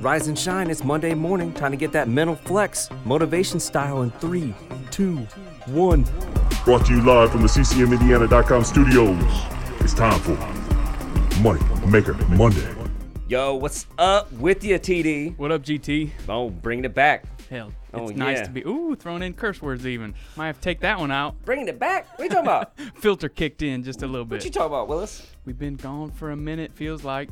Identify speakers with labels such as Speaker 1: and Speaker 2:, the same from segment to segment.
Speaker 1: Rise and shine. It's Monday morning. Time to get that mental flex, motivation style in three, two, one.
Speaker 2: Brought to you live from the CCMIndiana.com studios. It's time for Money Maker Monday.
Speaker 1: Yo, what's up with you, TD?
Speaker 3: What up, GT?
Speaker 1: Oh, bringing it back.
Speaker 3: Hell, it's
Speaker 1: Oh,
Speaker 3: nice
Speaker 1: yeah.
Speaker 3: to be. Ooh, throwing in curse words even. Might have to take that one out.
Speaker 1: Bringing it back? What you talking about?
Speaker 3: Filter kicked in just a little
Speaker 1: what you
Speaker 3: bit.
Speaker 1: talking about, Willis?
Speaker 3: We've been gone for a minute, feels like.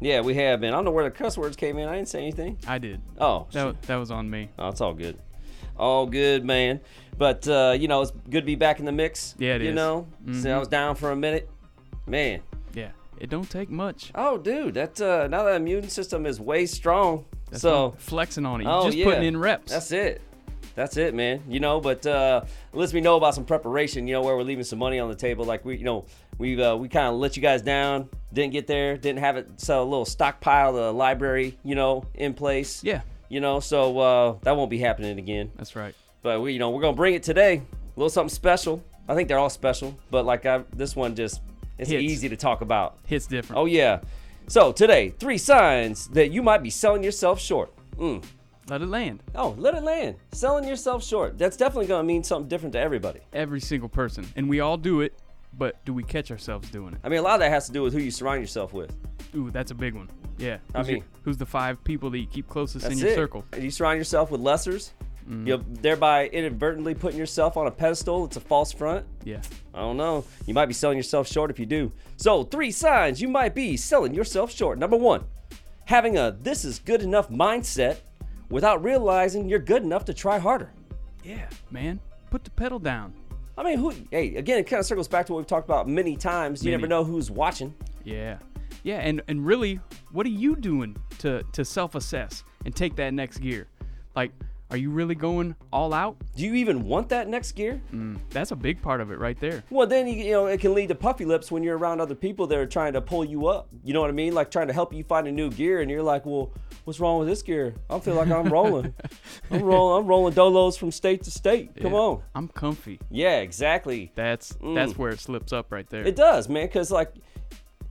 Speaker 1: Yeah, we have been. I don't know where the cuss words came in. I didn't say anything.
Speaker 3: I did.
Speaker 1: Oh,
Speaker 3: That, wa- that was on me.
Speaker 1: Oh, it's all good. All good, man. But uh, you know, it's good to be back in the mix.
Speaker 3: Yeah, it
Speaker 1: you
Speaker 3: is. Mm-hmm.
Speaker 1: know, since I was down for a minute, man.
Speaker 3: Yeah. It don't take much.
Speaker 1: Oh, dude, that uh, now that immune system is way strong.
Speaker 3: That's
Speaker 1: so
Speaker 3: not flexing on it. You're
Speaker 1: oh
Speaker 3: just
Speaker 1: yeah,
Speaker 3: putting in reps.
Speaker 1: That's it. That's it, man. You know, but uh, let me know about some preparation. You know, where we're leaving some money on the table. Like we, you know, we've uh, we kind of let you guys down. Didn't get there. Didn't have it. So a little stockpile, the library, you know, in place.
Speaker 3: yeah.
Speaker 1: You know, so uh, that won't be happening again.
Speaker 3: That's right.
Speaker 1: But we, you know, we're gonna bring it today. A little something special. I think they're all special, but like I, this one just it's
Speaker 3: Hits.
Speaker 1: easy to talk about.
Speaker 3: Hits different.
Speaker 1: Oh yeah. So today, three signs that you might be selling yourself short. Mm.
Speaker 3: Let it land.
Speaker 1: Oh, let it land. Selling yourself short. That's definitely gonna mean something different to everybody.
Speaker 3: Every single person. And we all do it, but do we catch ourselves doing it?
Speaker 1: I mean, a lot of that has to do with who you surround yourself with.
Speaker 3: Ooh, that's a big one. Yeah.
Speaker 1: I
Speaker 3: Who's, your-
Speaker 1: mean-
Speaker 3: who's the five people that you keep closest
Speaker 1: That's
Speaker 3: in your
Speaker 1: it.
Speaker 3: circle? Mm-hmm.
Speaker 1: You surround yourself with lessers. You're thereby inadvertently putting yourself on a pedestal. It's a false front.
Speaker 3: Yeah.
Speaker 1: I don't know. You might be selling yourself short if you do. So, three signs you might be selling yourself short. Number one, having a this is good enough mindset without realizing you're good enough to try harder.
Speaker 3: Yeah, man. Put the pedal down.
Speaker 1: I mean, who, hey, again, it kind of circles back to what we've talked about many times. You
Speaker 3: Many.
Speaker 1: never know who's watching.
Speaker 3: Yeah. Yeah, and, and really, what are you doing to, to self assess and take that next gear? Like, are you really going all out?
Speaker 1: Do you even want that next gear?
Speaker 3: That's a big part of it right there.
Speaker 1: Well, then, you, you know, it can lead to puffy lips when you're around other people that are trying to pull you up. You know what I mean? Like trying to help you find a new gear, and you're like, well, what's wrong with this gear? I feel like I'm rolling. I'm rolling. I'm rolling dolos from state to state. Come
Speaker 3: Yeah.
Speaker 1: on.
Speaker 3: I'm comfy.
Speaker 1: Yeah, exactly.
Speaker 3: That's that's where it slips up right there.
Speaker 1: Mm. It does, man, because like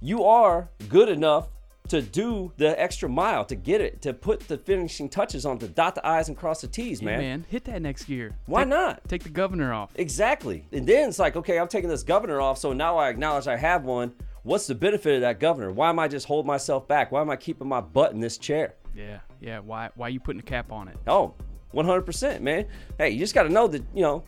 Speaker 1: you are good enough to do the extra mile to get it, to put the finishing touches on, to dot the I's and cross the T's,
Speaker 3: Yeah,
Speaker 1: man.
Speaker 3: man, hit that next gear.
Speaker 1: Why
Speaker 3: Take-
Speaker 1: not?
Speaker 3: Take the governor off.
Speaker 1: Exactly. And then it's like, okay, I'm taking this governor off, so now I acknowledge I have one. What's the benefit of that governor? Why am I just holding myself back? Why am I keeping my butt in this chair?
Speaker 3: Yeah, yeah. Why why you putting a cap on it?
Speaker 1: Oh, 100%, man. Hey, you just got to know that, you know,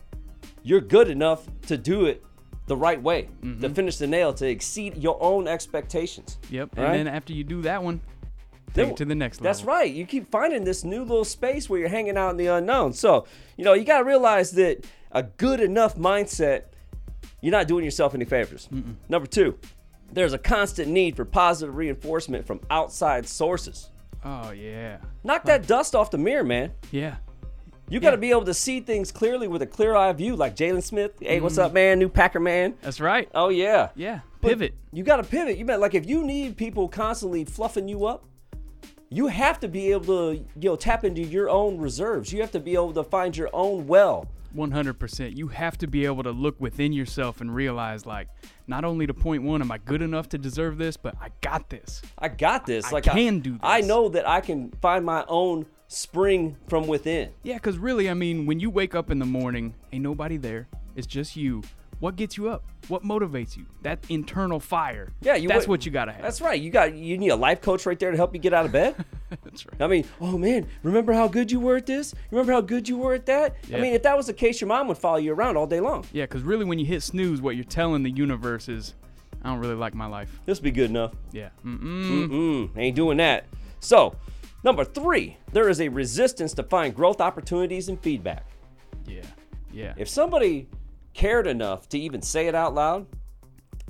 Speaker 1: you're good enough to do it the right way, to finish the nail, to exceed your own expectations.
Speaker 3: Mm-hmm. Yep.
Speaker 1: Right?
Speaker 3: And then after you do that one, take
Speaker 1: Then-
Speaker 3: it to the next level.
Speaker 1: That's right. You keep finding this new little space where you're hanging out in the unknown. So, you know, you got to realize that a good enough mindset, you're not doing yourself any favors. Number two, there's a constant need for positive reinforcement from outside sources.
Speaker 3: Oh yeah.
Speaker 1: Knock that dust off the mirror, man.
Speaker 3: Yeah.
Speaker 1: You got to be able to see things clearly with a clear eye view, like Jalen Smith. Hey, what's up, man? New Packer man.
Speaker 3: That's right.
Speaker 1: Oh, yeah.
Speaker 3: Uh, Yeah.
Speaker 1: But
Speaker 3: Pivot.
Speaker 1: You got to pivot. You mean like if you need people constantly fluffing you up, you have to be able to you know tap into your own reserves. You have to be able to find your own well.
Speaker 3: 100%. You have to be able to look within yourself and realize, like, not only to point one, am I good enough to deserve this, but I got this.
Speaker 1: I got this.
Speaker 3: I
Speaker 1: like
Speaker 3: can do this.
Speaker 1: I know that I can find my own spring from within.
Speaker 3: Yeah, because really, I mean, when you wake up in the morning, ain't nobody there. It's just you. What gets you up? What motivates you? That internal fire.
Speaker 1: Yeah, you.
Speaker 3: That's
Speaker 1: wa-
Speaker 3: what you gotta have.
Speaker 1: That's right. You got you need a life coach right there to help you get out of bed.
Speaker 3: That's right.
Speaker 1: I mean, oh man, remember how good you were at this? Remember how good you were at that? I
Speaker 3: Yeah.
Speaker 1: mean, if that was the case, your mom would follow you around all day long.
Speaker 3: Yeah, because really, when you hit snooze, what you're telling the universe is, I don't really like my life.
Speaker 1: This would be good enough.
Speaker 3: Yeah. Mm-mm.
Speaker 1: Mm, ain't doing that. So, number three, there is a resistance to find growth opportunities and feedback.
Speaker 3: Yeah. Yeah.
Speaker 1: If somebody cared enough to even say it out loud,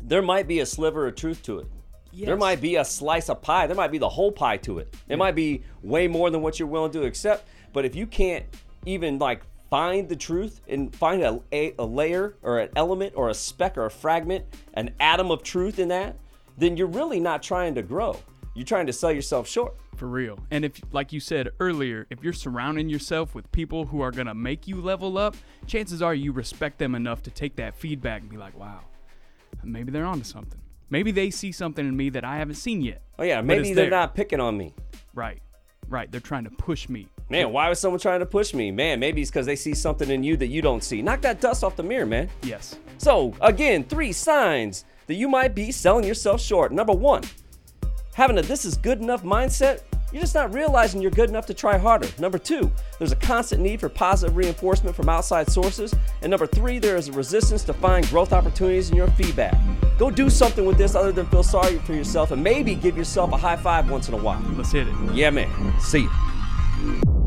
Speaker 1: there might be a sliver of truth to it. There
Speaker 3: Yes.
Speaker 1: might be a slice of pie. There might be the whole pie to it. It might be way more than what you're willing to accept. But if you can't even like find the truth and find a, a, a layer or an element or a speck or a fragment, an atom of truth in that, then you're really not trying to grow. You're trying to sell yourself short.
Speaker 3: For real. And if, like you said earlier, if you're surrounding yourself with people who are going to make you level up, chances are you respect them enough to take that feedback and be like, wow, maybe they're onto something. Maybe they see something in me that I haven't seen yet.
Speaker 1: Oh yeah,
Speaker 3: But
Speaker 1: maybe
Speaker 3: it's
Speaker 1: they're
Speaker 3: there.
Speaker 1: not picking on me.
Speaker 3: Right. Right, they're trying to push me.
Speaker 1: Man, why was someone trying to push me? Man, maybe it's because they see something in you that you don't see. Knock that dust off the mirror, man.
Speaker 3: Yes.
Speaker 1: So, again, three signs that you might be selling yourself short. Number one, having a this is good enough mindset, you're just not realizing you're good enough to try harder. Number two, there's a constant need for positive reinforcement from outside sources. And number three, there is a resistance to find growth opportunities in your feedback. Go do something with this other than feel sorry for yourself and maybe give yourself a high five once in a while.
Speaker 3: Let's hit it.
Speaker 1: Yeah, man. See you.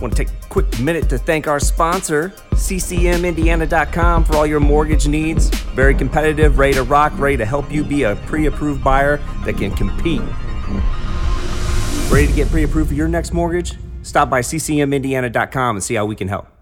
Speaker 1: Want to take a quick minute to thank our sponsor, CCMIndiana.com, for all your mortgage needs. Very competitive, ready to rock, ready to help you be a pre approved buyer that can compete. Ready to get pre approved for your next mortgage? Stop by CCMIndiana.com and see how we can help.